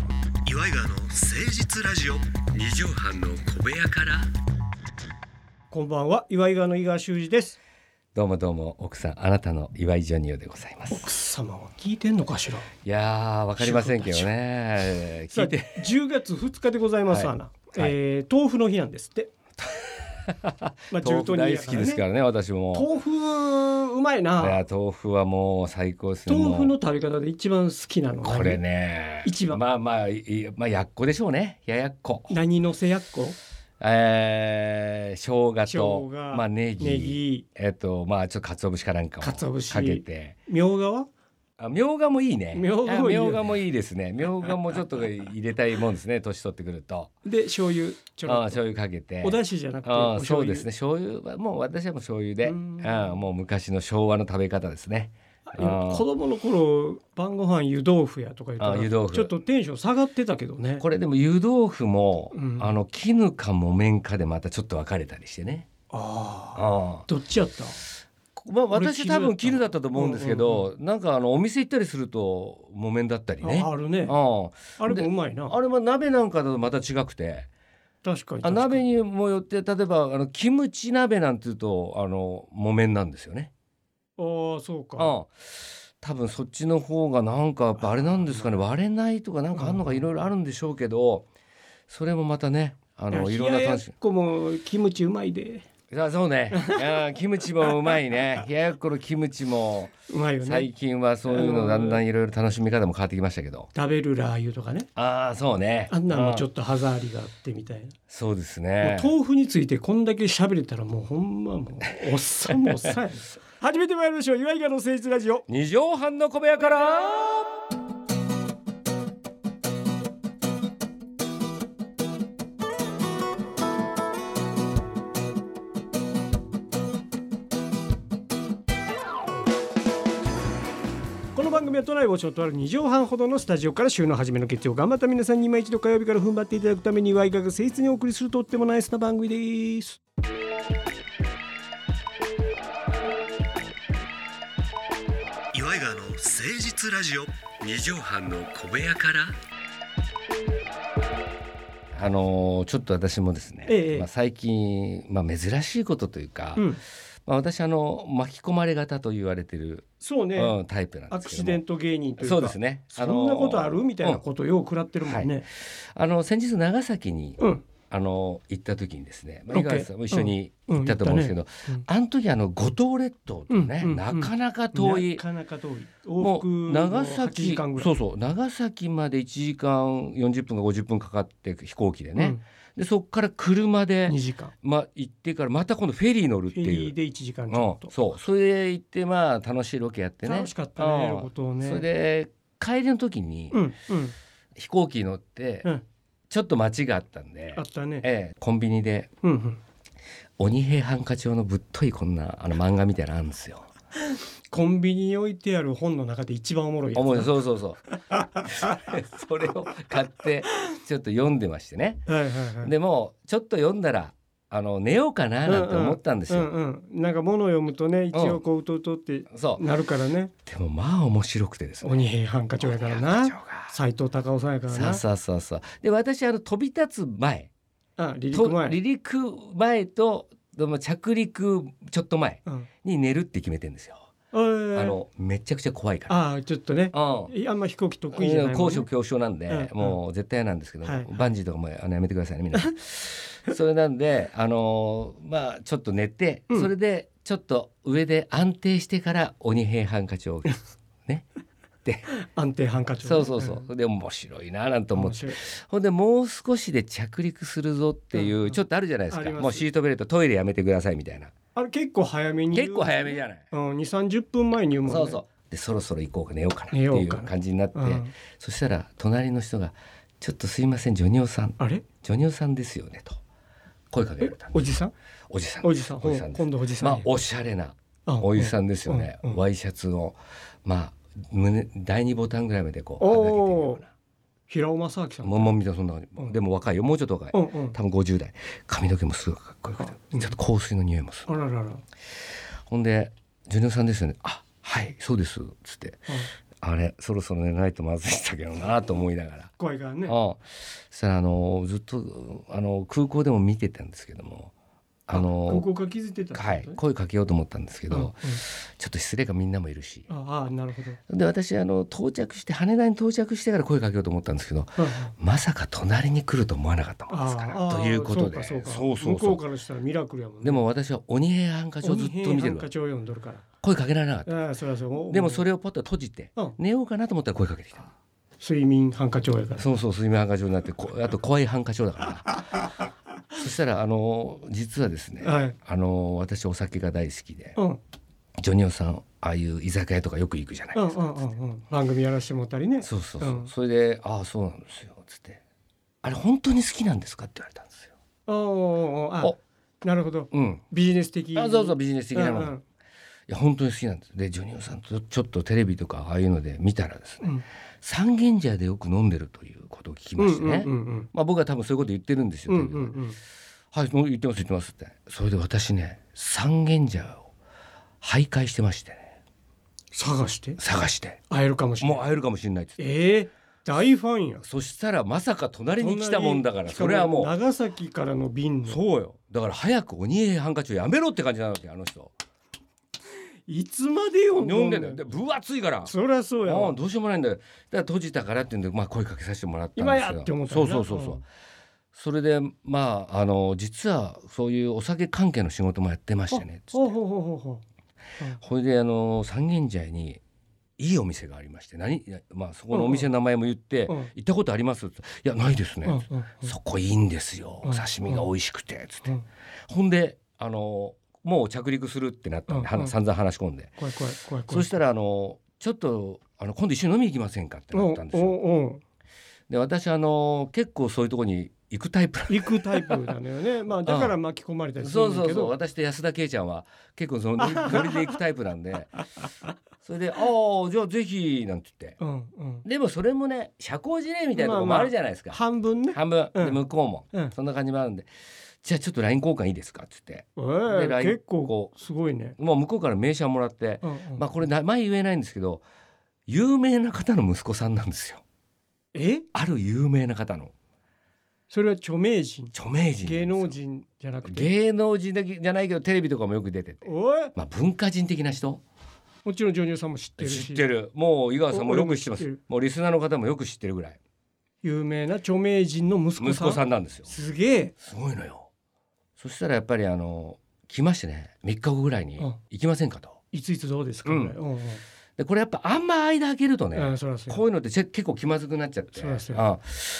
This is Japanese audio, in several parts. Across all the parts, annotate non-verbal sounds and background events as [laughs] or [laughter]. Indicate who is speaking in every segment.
Speaker 1: イガーの誠実ラジオ二畳半の小部屋から
Speaker 2: こんばんは、岩井川の井川修司です。
Speaker 3: どうもどうも奥さんあなたの岩井ジョニオでございます
Speaker 2: 奥様は聞いてんのかしら。
Speaker 3: いやーわかりませんけどね聞いて
Speaker 2: さあ10月2日でございます、
Speaker 3: はい
Speaker 2: アナ。
Speaker 3: はい
Speaker 2: えー豆腐の日なんで
Speaker 3: [laughs]
Speaker 2: すって。まあ
Speaker 3: 豆腐大
Speaker 2: や
Speaker 3: 好きですからね私も
Speaker 2: 豆腐うまい
Speaker 3: い
Speaker 2: な
Speaker 3: や。豆腐はもう最高ですね
Speaker 2: 豆腐
Speaker 3: も
Speaker 2: の
Speaker 3: う
Speaker 2: 食べ方で一番好きなのは何
Speaker 3: これ。ね
Speaker 2: 一番
Speaker 3: まあまあいいまあやっこでしょうねややっこ
Speaker 2: 何のせやっこ？
Speaker 3: えー、生姜と
Speaker 2: 生姜
Speaker 3: まあネギ
Speaker 2: ネギ、
Speaker 3: えっとまあちょっと鰹節かなんかをか
Speaker 2: 鰹節
Speaker 3: けて
Speaker 2: みょうがは？
Speaker 3: あみょうがもいいね
Speaker 2: みょうが
Speaker 3: あ
Speaker 2: も
Speaker 3: み
Speaker 2: いいよね
Speaker 3: ょうがもいいですねみょうがもちょっと入れたいもんですね年取ってくると
Speaker 2: で醤油ちょ
Speaker 3: あー
Speaker 2: ろっと。
Speaker 3: 醤油かけて
Speaker 2: お出汁じゃなくてお
Speaker 3: ああ
Speaker 2: 醤
Speaker 3: そう
Speaker 2: 油
Speaker 3: ですね醤油はもう私はもう醤油で
Speaker 2: うん
Speaker 3: ああもう昔の昭和の食べ方ですね
Speaker 2: あ子供の頃晩ご飯湯豆腐やとか言った
Speaker 3: あ
Speaker 2: ら
Speaker 3: 湯豆腐
Speaker 2: ちょっとテンション下がってたけどね
Speaker 3: これでも湯豆腐も、
Speaker 2: うん
Speaker 3: あの絹か木綿かでまたちょっと分かれたりしてね
Speaker 2: ああ
Speaker 3: ああ
Speaker 2: どっちやった
Speaker 3: まあ
Speaker 2: 俺
Speaker 3: 私多分絹だったと思うんですけ
Speaker 2: うん
Speaker 3: ど、なんかあのお店行ったりすると木綿だったりね
Speaker 2: ああるね
Speaker 3: あ
Speaker 2: あれもうまいな
Speaker 3: ああれも鍋なんかだとまた違くて
Speaker 2: 確かに確か
Speaker 3: あ
Speaker 2: に
Speaker 3: 鍋にもよって例えばあのキムチ鍋なんていうとあの木綿なんですよね
Speaker 2: ああそうか
Speaker 3: ああ多分そっちの方がなんかやっぱあれなんですかね割れないとかなんかあんのかいろいろあるんでしょうけどそれもまたねあ
Speaker 2: あ
Speaker 3: のいろんな楽し
Speaker 2: こもキムチうまいで
Speaker 3: みあそうねああキムチもうまいね [laughs] 冷ややっこのキムチも
Speaker 2: うまいよね
Speaker 3: 最近はそういうのだんだんいろいろ楽しみ方も変わってきましたけど
Speaker 2: 食べるラー油とかね
Speaker 3: ああそうね
Speaker 2: あんなんもちょ
Speaker 3: っと
Speaker 2: っと歯触りがあってみたい
Speaker 3: そうです
Speaker 2: な、
Speaker 3: ね
Speaker 2: もう豆腐についてこんだけ喋れたらもうほんまもうおっさんもおっ [laughs] さんや初めてまいりましょう岩井川の誠実ラジオ
Speaker 3: 二畳半の小部屋から
Speaker 2: この番組は都内をちょっとある2畳半ほどのスタジオから週の初めの月曜頑張った皆さんに今一度火曜日から踏ん張っていただくためにワイガが誠実にお送りするとってもナイスな番組です
Speaker 1: 岩井川の誠実ラジオ二畳半の小部屋から
Speaker 3: あのーちょっと私もですね、
Speaker 2: ええ
Speaker 3: まあ、最近、まあ、珍しいことというか、
Speaker 2: うん
Speaker 3: まあ、私あの巻き込まれ型と言われてる
Speaker 2: そうね、
Speaker 3: うん、タイプなん
Speaker 2: ア
Speaker 3: です
Speaker 2: ク
Speaker 3: け
Speaker 2: シ
Speaker 3: ども
Speaker 2: デント芸人というか
Speaker 3: そうですね
Speaker 2: そんなことあるみたいな
Speaker 3: と、
Speaker 2: ことよう食らってるもんね
Speaker 3: うんあの先日長崎に、
Speaker 2: うん
Speaker 3: あの行った時にですね、まあ、
Speaker 2: ロ
Speaker 3: 井
Speaker 2: ケ
Speaker 3: 川さんも一緒に
Speaker 2: うん
Speaker 3: 行ったと思うんですけど、
Speaker 2: うん行っ
Speaker 3: あの時あの五島列島とね、
Speaker 2: うんうんうん
Speaker 3: なかなか遠い
Speaker 2: なかなか遠い往
Speaker 3: も
Speaker 2: 復
Speaker 3: う
Speaker 2: の
Speaker 3: 長
Speaker 2: 8時
Speaker 3: 崎
Speaker 2: 間ぐらい
Speaker 3: そうそう長崎まで1時間40分か50分かかって飛行機でね、でそこから車
Speaker 2: う
Speaker 3: で
Speaker 2: ん、2時間
Speaker 3: まあ、行ってからまた今度フェリー乗るっ
Speaker 2: フ
Speaker 3: て
Speaker 2: ェ
Speaker 3: い
Speaker 2: リー
Speaker 3: う。
Speaker 2: で1時間ち
Speaker 3: う
Speaker 2: ょ
Speaker 3: ん
Speaker 2: っと、
Speaker 3: そうそれで行ってまあ楽しいロケやってね
Speaker 2: 楽しかったね
Speaker 3: うん
Speaker 2: のことをね
Speaker 3: それで帰りの時に
Speaker 2: うんうん
Speaker 3: 飛行機に乗って
Speaker 2: うん
Speaker 3: ちょっと街があったんで
Speaker 2: あ、ったね
Speaker 3: ええ、コンビニで
Speaker 2: うんうん
Speaker 3: 鬼平犯科帳のぶっといこんなあの漫画みたいなのあるんですよ。
Speaker 2: コンビニに置いてある本の中で一番おもろいやつ
Speaker 3: 思うそうそうそう [laughs] それを買ってちょっと読んでましてね。
Speaker 2: はいはいはい
Speaker 3: でもちょっと読んだらあの寝ようかななんて思ったんですよ。
Speaker 2: うんうん、なんか物を読むとね一応こううとうとって
Speaker 3: そう
Speaker 2: なるからね
Speaker 3: でもまあ面白くてですね。
Speaker 2: 鬼平犯科帳やから
Speaker 3: 鬼平
Speaker 2: な
Speaker 3: 犯科帳が
Speaker 2: 斎藤隆夫さんやから
Speaker 3: さ
Speaker 2: な
Speaker 3: あさあさあさあで私あの飛び立つ前
Speaker 2: あ
Speaker 3: と
Speaker 2: 離陸
Speaker 3: 離
Speaker 2: 前
Speaker 3: 陸前とでも着陸ちょっと前
Speaker 2: うん
Speaker 3: に寝るって決めてんですよ。
Speaker 2: えー
Speaker 3: あのめちゃくちゃ怖いから。
Speaker 2: ああちょっとね
Speaker 3: うん
Speaker 2: いやあんま飛行機得意じゃないも
Speaker 3: 高
Speaker 2: んね
Speaker 3: 所恐怖症なんで、
Speaker 2: うん
Speaker 3: もう絶対なんですけど、
Speaker 2: はい
Speaker 3: バンジーとかもあのやめてくださいね皆さん [laughs] それなんであのーまあちょっと寝て、
Speaker 2: うん
Speaker 3: それでちょっと上で安定してから鬼平犯科帳をねで
Speaker 2: 安定ハンカチ
Speaker 3: そうそうそう、で面白いななんて
Speaker 2: と
Speaker 3: 思
Speaker 2: 思
Speaker 3: っ
Speaker 2: ってて
Speaker 3: ほんでもう少しで着陸するぞっていう、
Speaker 2: うんうん
Speaker 3: ちょっとあるじゃないです
Speaker 2: あ
Speaker 3: か
Speaker 2: ります
Speaker 3: もうシートベルトトイレやめてくださいみたいな
Speaker 2: あれ結構早めに
Speaker 3: 結構早めじゃない、
Speaker 2: うん二三十分前に言うもんね
Speaker 3: そうそうでそろそろ行こうか寝ようかなって
Speaker 2: 寝よ
Speaker 3: いう
Speaker 2: かな
Speaker 3: う感じになって、
Speaker 2: うん
Speaker 3: そしたら隣の人が「ちょっとすいませんジョニオさん
Speaker 2: あれ
Speaker 3: ジョニオさんですよね」と声かけら
Speaker 2: え
Speaker 3: れたんで
Speaker 2: おじさん
Speaker 3: すおじさん
Speaker 2: おじさん
Speaker 3: おじさんです
Speaker 2: 今度おじさん
Speaker 3: まあ
Speaker 2: や
Speaker 3: おしゃれな
Speaker 2: あ
Speaker 3: おじさんですよね、
Speaker 2: うんうん
Speaker 3: ワイシャツをまあ胸第二ボタンぐらいまでこう
Speaker 2: おー
Speaker 3: 上げてるような
Speaker 2: 平尾正明さん
Speaker 3: もうもうみたいなそんな感じ、
Speaker 2: うん
Speaker 3: でも若いよもうちょっと若い、
Speaker 2: うんうん
Speaker 3: 多分50代髪の毛もすごくかっこよくて
Speaker 2: うん
Speaker 3: ちょっと香水の匂いもする
Speaker 2: あららら
Speaker 3: ほんで「ジョニオさんですよねあはいそうです」っつって「ああれそろそろ寝ないとまずいんだけどなと思いながら。
Speaker 2: 怖いからね。
Speaker 3: ああそしたらあのずっとあの空港でも見てたんですけどもあ
Speaker 2: 空
Speaker 3: の
Speaker 2: 港から気づいてたってこと
Speaker 3: は
Speaker 2: ね。
Speaker 3: い声かけようと思ったんですけど、
Speaker 2: うんうん
Speaker 3: ちょっと失礼かみんなもいるし
Speaker 2: ああなるほど。
Speaker 3: で私あの到着して羽田に到着してから声かけようと思ったんですけど
Speaker 2: はいはい
Speaker 3: まさか隣に来ると思わなかったもんですか
Speaker 2: あ
Speaker 3: ら
Speaker 2: あ
Speaker 3: ということで
Speaker 2: そうかそ
Speaker 3: そうう
Speaker 2: か
Speaker 3: そう
Speaker 2: 向
Speaker 3: そ
Speaker 2: こう
Speaker 3: う
Speaker 2: からしたらミラクルやもんね。
Speaker 3: でも私は鬼平犯科帳ずっと見てるわ
Speaker 2: 課長読んどるから。
Speaker 3: 声かけられなかっ
Speaker 2: ああそれはそう。
Speaker 3: たでもそ
Speaker 2: れ
Speaker 3: れをパッと閉じて
Speaker 2: うん
Speaker 3: 寝ようかなと思ったら声かけてきた
Speaker 2: 睡眠ハンカチョウやから。
Speaker 3: そうそう睡眠ハンカチョウになってこあと怖いハンカチョウだ
Speaker 2: [laughs]
Speaker 3: からそしたらあの実はですね、
Speaker 2: はい
Speaker 3: あの私お酒が大好きで
Speaker 2: うん
Speaker 3: ジョニオさんああいう居酒屋とかよく行くじゃない
Speaker 2: うん
Speaker 3: です
Speaker 2: う
Speaker 3: か、
Speaker 2: んうんうん。番組やらしてもらったりね。
Speaker 3: そうそうそう、
Speaker 2: うん
Speaker 3: それで「ああそうなんですよ」つって「あれ本当に好きなんですか?」って言われたんですよ。
Speaker 2: ああああああ
Speaker 3: お
Speaker 2: なるほど。
Speaker 3: うん、
Speaker 2: ビジネス的。
Speaker 3: あそうそうビジネス的なもの、
Speaker 2: うん
Speaker 3: いや本当に好きなんですでジョニオさんとちょっとテレビとかああいうので見たらです
Speaker 2: う
Speaker 3: ね
Speaker 2: ん
Speaker 3: 三軒茶屋でよく飲んでるということを聞きましてね、
Speaker 2: うんうんうん
Speaker 3: まあ、僕は多分そういうこと言ってるんですよ、
Speaker 2: うん
Speaker 3: テレビ
Speaker 2: う
Speaker 3: で
Speaker 2: んうん。
Speaker 3: はい、もう言ってます言ってますって。それで私ね、三軒茶屋を徘徊してましてね、
Speaker 2: 探して
Speaker 3: 探して。
Speaker 2: 会えるかもしれない。
Speaker 3: もう会えるかもしれないっつって。
Speaker 2: ええ大ファンや。
Speaker 3: そしたらまさか隣に来たもんだから、それはもう、
Speaker 2: 長崎からの便の
Speaker 3: そうよ。だから早く鬼平ハンカチをやめろって感じなわけ、あの人。
Speaker 2: いつまでよ
Speaker 3: 飲んでんだよ。で、分厚いから。
Speaker 2: そりゃそうやわ
Speaker 3: もうどうしようもないんだよ。だから閉じたからっていうんで、まあ声かけさせてもらったんです
Speaker 2: 今やって思った
Speaker 3: そ
Speaker 2: よ
Speaker 3: う
Speaker 2: な。
Speaker 3: そうそうそううんそれでまああの実はそういうお酒関係の仕事もやってましたねっつって
Speaker 2: ほうほうほうほうほ
Speaker 3: ほいであの三軒茶屋にいいお店がありまして何いやまあそこのお店の名前も言って「
Speaker 2: うん
Speaker 3: 行ったことあります?」って言ったらいやないですね
Speaker 2: う」うんうん
Speaker 3: そこいいんですよ、
Speaker 2: うん
Speaker 3: 刺身が美味しくて」つって、
Speaker 2: うん
Speaker 3: ほんであのもう着陸するってなったんで、
Speaker 2: うんうん
Speaker 3: は散々話し込んで、
Speaker 2: 怖い怖い怖い怖
Speaker 3: そ
Speaker 2: い
Speaker 3: したらあのちょっとあの今度一緒に飲み行きませんかって
Speaker 2: お
Speaker 3: なったんですよ。
Speaker 2: おお
Speaker 3: で私あの結構そういうとこに行くタイプなんで
Speaker 2: 行くタイプなのよ
Speaker 3: [laughs]
Speaker 2: ねまあだから巻き込まれたりす
Speaker 3: そ
Speaker 2: る
Speaker 3: うん
Speaker 2: だ
Speaker 3: そう
Speaker 2: け
Speaker 3: そう
Speaker 2: ど
Speaker 3: 私と安田圭ちゃんは結構そ
Speaker 2: [laughs]
Speaker 3: のノリノリで行くタイプなんでそれで「ああじゃあぜひ」なんて言って
Speaker 2: うんうん
Speaker 3: でもそれもね社交辞令みたいなとこ
Speaker 2: ま
Speaker 3: も
Speaker 2: あまあ
Speaker 3: あるじゃないですか、
Speaker 2: 半分ね
Speaker 3: 半分、
Speaker 2: うん
Speaker 3: で向こうも、
Speaker 2: うん
Speaker 3: そんな感じもあるんでじゃあちょっと LINE 交換いいですかっつって
Speaker 2: ええ
Speaker 3: で LINE
Speaker 2: 結構
Speaker 3: こ
Speaker 2: すごいね
Speaker 3: もう向こうから名刺をもらって、
Speaker 2: うんうん
Speaker 3: まあこれ名前言えないんですけど有名な方の息子さんなんですよ
Speaker 2: え
Speaker 3: ある有名な方の
Speaker 2: それは著名人
Speaker 3: 著名人
Speaker 2: 芸能
Speaker 3: 人
Speaker 2: 人じゃなくて
Speaker 3: 芸能人だけじゃないけどテレビとかもよく出てて、
Speaker 2: おい
Speaker 3: まあ、文化人的な人
Speaker 2: もちろんジョニオさんも知ってるし
Speaker 3: 知ってるもう井川さんもよく知ってます
Speaker 2: 俺も知ってる
Speaker 3: もうリスナーの方もよく知ってるぐらい
Speaker 2: 有名な著名人の息子
Speaker 3: 息
Speaker 2: さん
Speaker 3: 子さんなんですよ
Speaker 2: すげえ
Speaker 3: すごいのよそしたらやっぱりあの来ましてね3日後ぐらいに
Speaker 2: うん
Speaker 3: 「行きませんかと」
Speaker 2: いついつどうですか、
Speaker 3: うん
Speaker 2: ぐらいうんうん
Speaker 3: でこれやっぱあんま間空けるとね、
Speaker 2: うんそらそうや
Speaker 3: こういうのってち結構気まずくなっちゃって
Speaker 2: そうですよ
Speaker 3: あ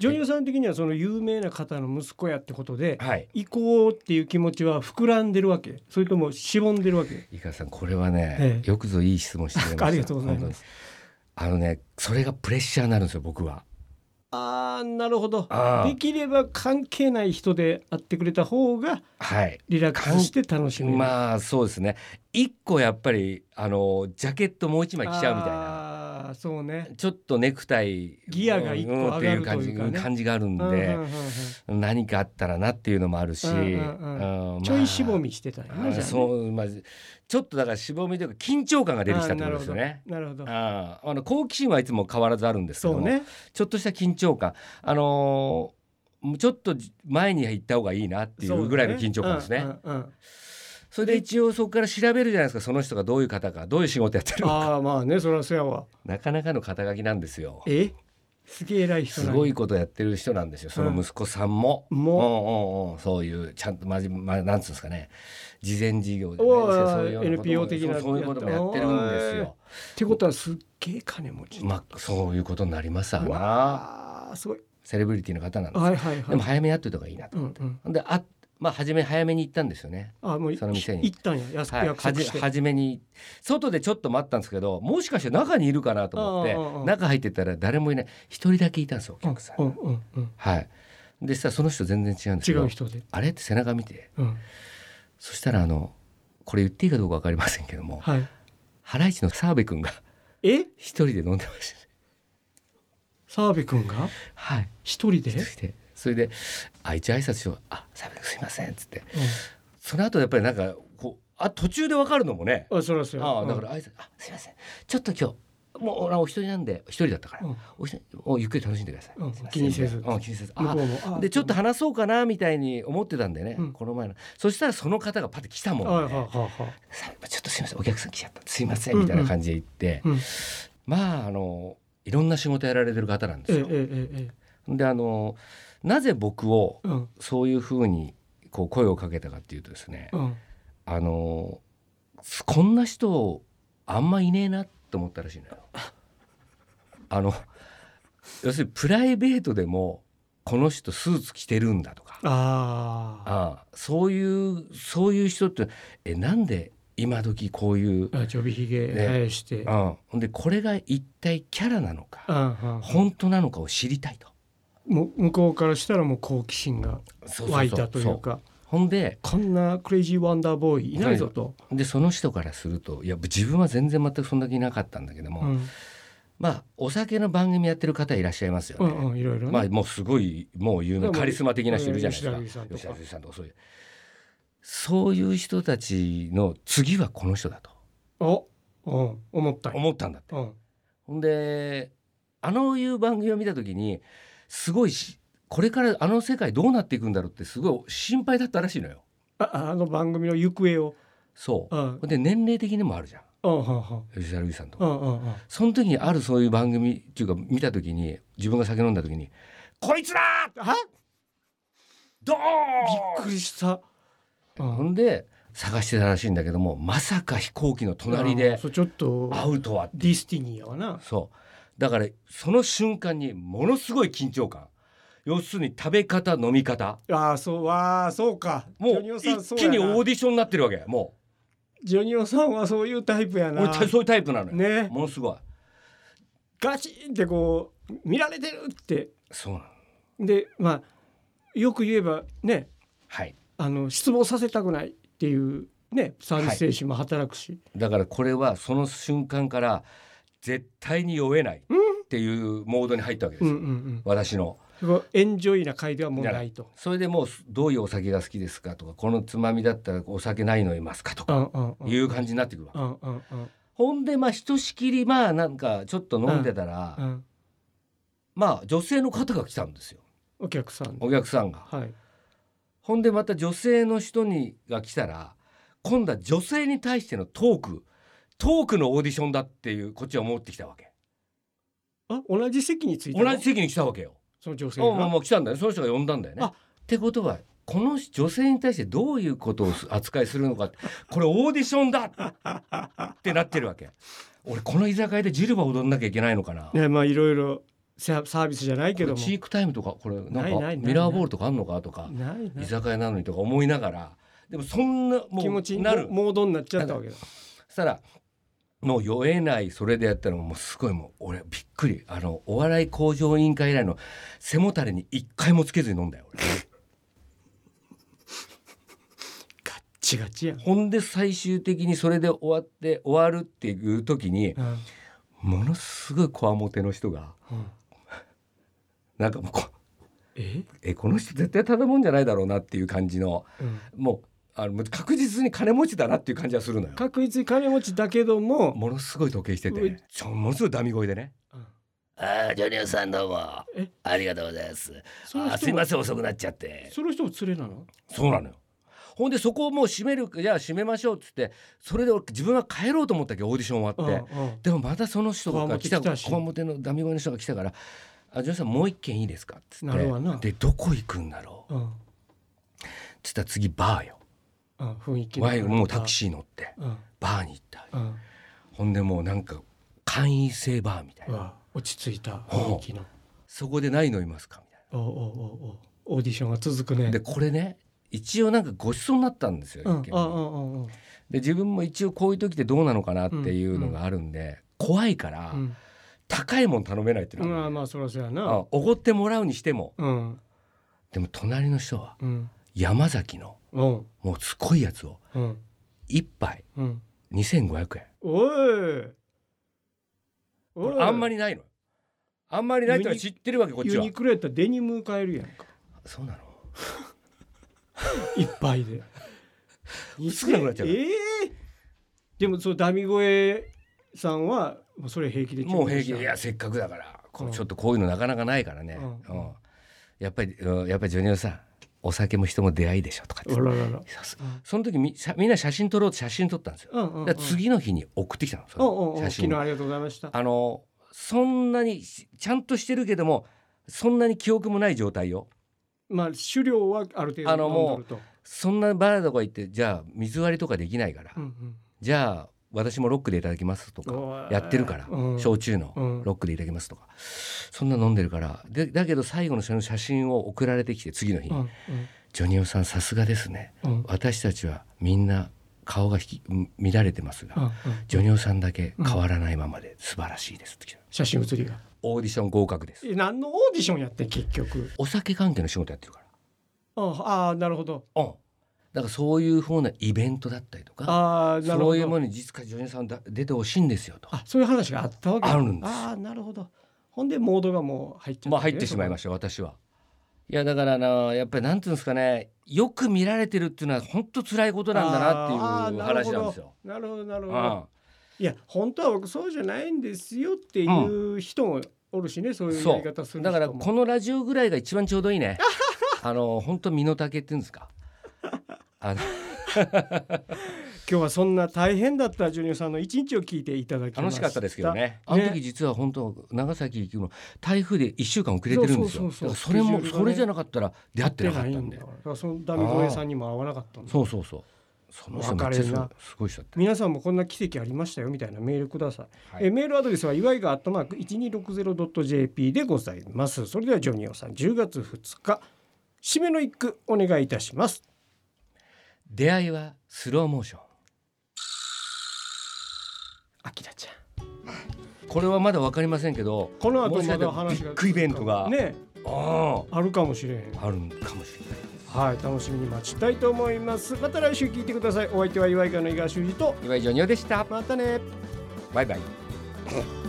Speaker 2: ジョニオさん的にはその有名な方の息子やってことで
Speaker 3: はい
Speaker 2: 行こうっていう気持ちは膨らんでるわけそれともしぼんでるわけ
Speaker 3: 井川さんこれはね、
Speaker 2: ええ
Speaker 3: よくぞいい質問してくれました
Speaker 2: ありがとうございます
Speaker 3: 本当にあのねそれがプレッシャーになるんですよ僕は
Speaker 2: ああなるほど
Speaker 3: あー
Speaker 2: できれば関係ない人で会ってくれた方が
Speaker 3: はい
Speaker 2: リラックスして楽しめる、
Speaker 3: まあそうですね一個やっぱりあのジャケットもう一枚着ちゃうみたいな
Speaker 2: なそうね
Speaker 3: ちょっとネクタイ
Speaker 2: ギアが一個
Speaker 3: うん
Speaker 2: 上がる
Speaker 3: っていう
Speaker 2: とい
Speaker 3: 感
Speaker 2: うかね
Speaker 3: じ感じがあるんで、
Speaker 2: うんうんうんうん
Speaker 3: 何かあったらなっていうのもあるし、
Speaker 2: うんうん
Speaker 3: うんまあ
Speaker 2: ちょいしぼみしてたよ
Speaker 3: あ
Speaker 2: ねじゃあね
Speaker 3: そうまあ、ちょっとだからしぼみというか緊張感が出てきたってことですよね。
Speaker 2: あーなるほどなるほど
Speaker 3: あーあの好奇心はいつも変わらずあるんですけど
Speaker 2: そう
Speaker 3: も、
Speaker 2: ね
Speaker 3: ちょっとした緊張感、あのーちょっと前に行った方がいいなっていうぐらいの緊張感ですね。そ
Speaker 2: そうだうんうんうん
Speaker 3: れで一応そこから調べるじゃないですかその人がどういう方かどういう仕事やってるのか
Speaker 2: ああまあねそらそうやわ
Speaker 3: なかなかの肩書きなんですよ。
Speaker 2: えすげえ偉い人
Speaker 3: す
Speaker 2: なんや
Speaker 3: ごいことやってる人なんですよその息子さんも、
Speaker 2: う
Speaker 3: うんん、
Speaker 2: も
Speaker 3: うんうんそういうちゃんとまじ、まなんつうんですかね事前事業じゃない
Speaker 2: お
Speaker 3: ですけど
Speaker 2: ー
Speaker 3: そういうようなことも
Speaker 2: NPO 的な
Speaker 3: そうそういうこともやってるんですよ。
Speaker 2: ってことはすっげえ金持ち
Speaker 3: まあそういうことになりますわ
Speaker 2: う
Speaker 3: な
Speaker 2: わあすごい
Speaker 3: セレブリティの方なんです、
Speaker 2: はいはいはい
Speaker 3: でも早めに会っといた方がいいなと
Speaker 2: う。んうん
Speaker 3: であまあ初め早めに行ったんですよね。
Speaker 2: あもうい
Speaker 3: その店に
Speaker 2: 行ったんや安く
Speaker 3: はい、
Speaker 2: 約
Speaker 3: は
Speaker 2: 束
Speaker 3: じ
Speaker 2: して
Speaker 3: 初めに外でちょっと待ったんですけどもしかして中にいるかなと思って
Speaker 2: うんうんうん
Speaker 3: 中入ってったら誰もいない一人だけいたんですよお
Speaker 2: うん
Speaker 3: 客さん。
Speaker 2: うんうんうん
Speaker 3: はい、でしたらその人全然違うんです
Speaker 2: 違
Speaker 3: けど
Speaker 2: う人で
Speaker 3: あれって背中見て
Speaker 2: うん
Speaker 3: そしたらあのこれ言っていいかどうか分かりませんけども
Speaker 2: はい
Speaker 3: ハライチの澤部君が
Speaker 2: え
Speaker 3: 一人で飲んでましたね
Speaker 2: 澤部君が
Speaker 3: はい
Speaker 2: 一
Speaker 3: [laughs]
Speaker 2: 人で
Speaker 3: そしてそれであ一応挨拶しよう「あ澤部君すいません」っつってその後やっぱりなんかこうあ途中で分かるのもね
Speaker 2: うんあそらそうや
Speaker 3: ああだか
Speaker 2: うん
Speaker 3: ら挨拶あすいませんちょっと今もう俺はお一人なんで一人だったから、
Speaker 2: うん
Speaker 3: お一人おゆっくり楽しんでください、
Speaker 2: うん
Speaker 3: すいま
Speaker 2: 気にせず
Speaker 3: うん気にせず
Speaker 2: 向
Speaker 3: あ
Speaker 2: こうもあ
Speaker 3: でちょっと話そうかなみたいに思ってたんでね、
Speaker 2: うん
Speaker 3: この前のそしたらその方がパッて来たもんで、
Speaker 2: はいはいはいはい
Speaker 3: さちょっとすいませんお客さん来ちゃったすいません
Speaker 2: うん
Speaker 3: みたいな感じで言って、
Speaker 2: うん
Speaker 3: まああのいろんな仕事やられてる方なんで
Speaker 2: ええ
Speaker 3: すよ。
Speaker 2: えええ
Speaker 3: であのなぜ僕を
Speaker 2: えうん
Speaker 3: そういうふうにこう声をかけたかっていうとですね
Speaker 2: うん
Speaker 3: あのこんな人あんまいねえなと思ったらしい
Speaker 2: [laughs]
Speaker 3: のよ。あの要するにプライベートでもこの人スーツ着てるんだとか
Speaker 2: ああ
Speaker 3: ああそういうそういう人ってえなんで今時こういう
Speaker 2: あちょびひげ
Speaker 3: ね
Speaker 2: 生やして、
Speaker 3: う
Speaker 2: あ
Speaker 3: ん、ほんでこれが一体キャラなのか
Speaker 2: あ
Speaker 3: 本当なのかを知りたいと
Speaker 2: も向こうからしたらもう好奇心が湧いたというか
Speaker 3: ほんで
Speaker 2: こんなクレイジーワンダーボーイいないぞと、
Speaker 3: でその人からするといや自分は全然全くそんだけいなかったんだけども、
Speaker 2: うん
Speaker 3: まあお酒の番組やってる方いらっしゃいますよ
Speaker 2: う
Speaker 3: ね、
Speaker 2: んうんいろいろね、
Speaker 3: まあもうすごいもう有
Speaker 2: で
Speaker 3: 名
Speaker 2: も
Speaker 3: カリスマ的な人いるじゃないですか
Speaker 2: うん吉田類さんと
Speaker 3: 吉田
Speaker 2: か
Speaker 3: 類さんとかそういうそういう人たちの次はこの人だと
Speaker 2: お、うん、思ったんや
Speaker 3: 思ったんだって、
Speaker 2: うん
Speaker 3: ほんであのいう番組を見た時にすごいしこれからあの世界どうなっていくんだろうってすごい心配だったらしいのよ。
Speaker 2: ああの番組の行方を
Speaker 3: そう
Speaker 2: うんうん
Speaker 3: ほんで年齢的にもあるじゃん
Speaker 2: うんうん
Speaker 3: 吉田類さんと
Speaker 2: う
Speaker 3: か。
Speaker 2: んうんうん
Speaker 3: その時にあるそういう番組っていうか見た時に自分が酒飲んだ時に「こいつら
Speaker 2: あ
Speaker 3: ドー
Speaker 2: びっくりしたう
Speaker 3: ン!」ほ
Speaker 2: ん
Speaker 3: んで探してたらしいんだけどもまさか飛行機の隣
Speaker 2: あ
Speaker 3: で
Speaker 2: そうちょっと
Speaker 3: 会うとは
Speaker 2: ディスティニーやわな
Speaker 3: そうだからその瞬間にものすごい緊張感要するに食べ方飲み方
Speaker 2: ああそうわあそうか
Speaker 3: も
Speaker 2: ジョ
Speaker 3: う
Speaker 2: ニオさん
Speaker 3: 一
Speaker 2: そう
Speaker 3: 気
Speaker 2: やな
Speaker 3: にオーディションになってるわけも
Speaker 2: ジョニオさんはそういうタイプや
Speaker 3: う
Speaker 2: な
Speaker 3: 俺たそういうタイプなのよ、
Speaker 2: ね
Speaker 3: ものすごい
Speaker 2: ガチンってこう見られてるって
Speaker 3: そうなの
Speaker 2: でまあよく言えばね
Speaker 3: はい
Speaker 2: あの失望させたくないっていうねサービス精神も働くし、
Speaker 3: だからこれはその瞬間から絶対に酔えないっていうモードに入ったわけです
Speaker 2: うん
Speaker 3: よ、
Speaker 2: うんうん
Speaker 3: 私の
Speaker 2: すごいエンジョイな会ではもうないと。
Speaker 3: それでもうどういうお酒が好きですかとかこのつまみだったらお酒何飲みますかと
Speaker 2: う
Speaker 3: か
Speaker 2: んうんうん
Speaker 3: いう感じになってくるわけ
Speaker 2: うんうんうん
Speaker 3: ほんでまあひとしきりまあなんかちょっと飲んでたら、
Speaker 2: うん
Speaker 3: まあ女性の方が来たんですよ
Speaker 2: お客さん
Speaker 3: お客さんが。
Speaker 2: はい
Speaker 3: ほんでまた女性の人にが来たら今度は女性に対してのトークトークのオーディションだっていうこっちは思ってきたわけ
Speaker 2: あ同じ席について
Speaker 3: 同じ席に来たわけよ。
Speaker 2: その女性
Speaker 3: おまあ
Speaker 2: が
Speaker 3: まあ来たんだよその人が呼んだんだよね。
Speaker 2: あ
Speaker 3: ってことはこの女性に対してどういうことをす扱いするのかってこれオーディションだってなってるわけ。俺この居酒屋でジルバ踊んなきゃいけないのかな。
Speaker 2: ねまあいろいろササービスじゃないけども
Speaker 3: これチークタイムとかこれなんか
Speaker 2: ないないない
Speaker 3: ミラーボールとかあんのかとか
Speaker 2: ないな
Speaker 3: 居
Speaker 2: い
Speaker 3: 酒屋なのにとか思いながらでもそんなも
Speaker 2: 気持ち
Speaker 3: う
Speaker 2: に
Speaker 3: なる
Speaker 2: モードになっちゃったわけだ
Speaker 3: そしたらもう酔えないそれでやったらもうすごいもう俺びっくりあのお笑い向上委員会以来の背もたれに一回もつけずに飲んだよ俺
Speaker 2: ガッチガチやん
Speaker 3: ほんで最終的にそれで終わって終わるっていう時に
Speaker 2: うん
Speaker 3: ものすごいこわもての人が
Speaker 2: うん
Speaker 3: なんかもうこ
Speaker 2: え
Speaker 3: えこの人絶対ただもんじゃないだろうなっていう感じの
Speaker 2: うん
Speaker 3: もうあのもう確実に金持ちだなっていう感じはするのよ。
Speaker 2: 確実に金持ちだけども
Speaker 3: ものすごい時計して
Speaker 2: う
Speaker 3: て
Speaker 2: い
Speaker 3: ちょものすごいダミ声でね
Speaker 2: うん
Speaker 3: 「ああジョニオさんどうも
Speaker 2: え
Speaker 3: ありがとうございます
Speaker 2: その人も
Speaker 3: せん遅くなっちゃって
Speaker 2: その人も連れなの
Speaker 3: そうなのよほんでそこをもう閉めるじゃあ閉めましょうっつってそれで俺自分は帰ろうと思ったけどオーディション終
Speaker 2: うん
Speaker 3: わって、
Speaker 2: うん
Speaker 3: でもまたその人が来た
Speaker 2: こわもて来たし
Speaker 3: こわもてのダミ声の人が来たから「あジョニオさんもう一軒いいですか?」っつって
Speaker 2: なるわな
Speaker 3: でどこ行くんだろう
Speaker 2: うん
Speaker 3: つったら次バーよ
Speaker 2: うん雰囲気
Speaker 3: ワイもうタク
Speaker 2: シ
Speaker 3: シー乗って
Speaker 2: ーうん
Speaker 3: バーに行った
Speaker 2: うん
Speaker 3: ほんでもうなんか会員制バーみたいうな
Speaker 2: わ落ち着いた雰囲気の
Speaker 3: そこで何飲みますかみたいな。
Speaker 2: おうおうおうおうオーディションが続くね
Speaker 3: でこれね一応なんかご馳走になったんですよ、
Speaker 2: うんうん
Speaker 3: 一軒
Speaker 2: うんうんうん
Speaker 3: で自分も一応こういう時ってどうなのかなっていうのがあるんで、怖いから、
Speaker 2: うん
Speaker 3: 高いもん頼めないっていうの
Speaker 2: ま
Speaker 3: があ
Speaker 2: あ
Speaker 3: るんで
Speaker 2: まあそらそうやな
Speaker 3: あおごってもらうにしても
Speaker 2: うん
Speaker 3: でも隣の人は
Speaker 2: うん
Speaker 3: 山崎の
Speaker 2: うん
Speaker 3: もうすごいやつを
Speaker 2: うん
Speaker 3: 一杯
Speaker 2: うん
Speaker 3: 2500円
Speaker 2: おいお
Speaker 3: こ
Speaker 2: い
Speaker 3: れあんまりないのあんまりないってのは知ってるわけこっち
Speaker 2: ユ
Speaker 3: は
Speaker 2: ニクロやったらデニム買えるやんか
Speaker 3: そうなの
Speaker 2: いっぱい
Speaker 3: [laughs]
Speaker 2: で
Speaker 3: 少なくなっちゃう
Speaker 2: ええでもそうダミ声さんはもうそれ平気で注文
Speaker 3: もう平気
Speaker 2: し
Speaker 3: で
Speaker 2: た
Speaker 3: いやせっかくだからこ
Speaker 2: うん
Speaker 3: うちょっとこういうのなかなかないからね、
Speaker 2: う
Speaker 3: うんんやっぱりうんやっぱりジョニオさんお酒も人も出会いでしょとかって
Speaker 2: あららら
Speaker 3: さすその時みさみんな写真撮ろうって写真撮ったんですよ、
Speaker 2: うんうんうん
Speaker 3: だから次の日に送ってきたのそ
Speaker 2: おう
Speaker 3: の
Speaker 2: おうおう
Speaker 3: 写
Speaker 2: 昨
Speaker 3: 真
Speaker 2: 日
Speaker 3: を
Speaker 2: ありがとうございました
Speaker 3: あのそんなにしちゃんとしてるけどもそんなに記憶もない状態よ
Speaker 2: まあ狩猟はある程度
Speaker 3: あのもう
Speaker 2: 飲んどると
Speaker 3: そんなバーとか行ってじゃあ水割りとかできないから、
Speaker 2: うん
Speaker 3: じゃあ私もロックでいただきますとか
Speaker 2: おい
Speaker 3: やってるから、
Speaker 2: うん
Speaker 3: 焼酎の
Speaker 2: うん
Speaker 3: ロックでいただきますとか、そんな飲んでるからでだけど最後のその写真を送られてきて次の日
Speaker 2: う
Speaker 3: に、
Speaker 2: ん
Speaker 3: ジョニオさんさすがですね
Speaker 2: うんうん
Speaker 3: 私たちはみんな顔が引きん乱れてますが、
Speaker 2: うんうん
Speaker 3: ジョニオさんだけ変わらないままで素晴らしいですって来た、
Speaker 2: 写真写りが
Speaker 3: オーディション合格です
Speaker 2: え何のオーディションやってん結局
Speaker 3: お酒関係の仕事やってるか
Speaker 2: ああなるほど
Speaker 3: らうんだからそういう方なイベントだったりとか
Speaker 2: ああなる
Speaker 3: そ
Speaker 2: ほ
Speaker 3: ういうも
Speaker 2: ど
Speaker 3: のに実はジョニオさんだ出てほしいんですよと
Speaker 2: あそういう話があったわけ
Speaker 3: あるんです
Speaker 2: ああなるほどほんでモードがもう入っちゃってね
Speaker 3: まあ入ってしまいました私はいやだからなやっぱりなんていうんですかねよく見られてるっていうのは本当辛いことなんだなっていう話なんですよ。
Speaker 2: あーなるほどなる
Speaker 3: うん
Speaker 2: ほどなるほどいや本当は僕そうじゃないんですよっていう人もおるしね、そういうやり方する人
Speaker 3: だ
Speaker 2: も
Speaker 3: からこのラジオぐらいが一番ちょうどいい
Speaker 2: [laughs]
Speaker 3: ねあの本当身の丈っていうんですかあ
Speaker 2: [laughs]
Speaker 3: の
Speaker 2: 今日はそんな大変だったジュニオさんの一日を聞いていただきま
Speaker 3: 楽
Speaker 2: し
Speaker 3: したかったですけどねあの時実は本当長崎行くの台風で1週間遅れてるんですよ
Speaker 2: そう
Speaker 3: だ
Speaker 2: そ
Speaker 3: か
Speaker 2: うそう
Speaker 3: ら
Speaker 2: そう
Speaker 3: それ
Speaker 2: ス
Speaker 3: も
Speaker 2: ケジュールがね
Speaker 3: それじゃなかったら出会って
Speaker 2: 出
Speaker 3: なかった
Speaker 2: ない
Speaker 3: ん
Speaker 2: んだ
Speaker 3: で
Speaker 2: からだからそのダミゴエさんにも会わなかったんだ
Speaker 3: そうそうそうその人めっちゃす
Speaker 2: 別れる
Speaker 3: ごい
Speaker 2: な
Speaker 3: すごい人だった
Speaker 2: 皆さんもこんな奇跡ありましたよみたいなメールください、
Speaker 3: はい
Speaker 2: えメールアドレスは祝いがアットマーク 1260.jp でございますそれではジョニオさん10月2日締めの一句お願いいたします
Speaker 3: 出会いはスローモーション
Speaker 2: あきらちゃん
Speaker 3: これはまだわかりませんけど
Speaker 2: この後
Speaker 3: もしかしたら
Speaker 2: まだ話が
Speaker 3: ビッグイベントが、
Speaker 2: ね
Speaker 3: あ
Speaker 2: あるかもしれへん
Speaker 3: ああるんかもしれない
Speaker 2: はい楽しみに待ちたいと思いますまた来週聞いてくださいお相手は祝いがの井川修司と
Speaker 3: 岩井ジョニオでした
Speaker 2: またね
Speaker 3: バイバイ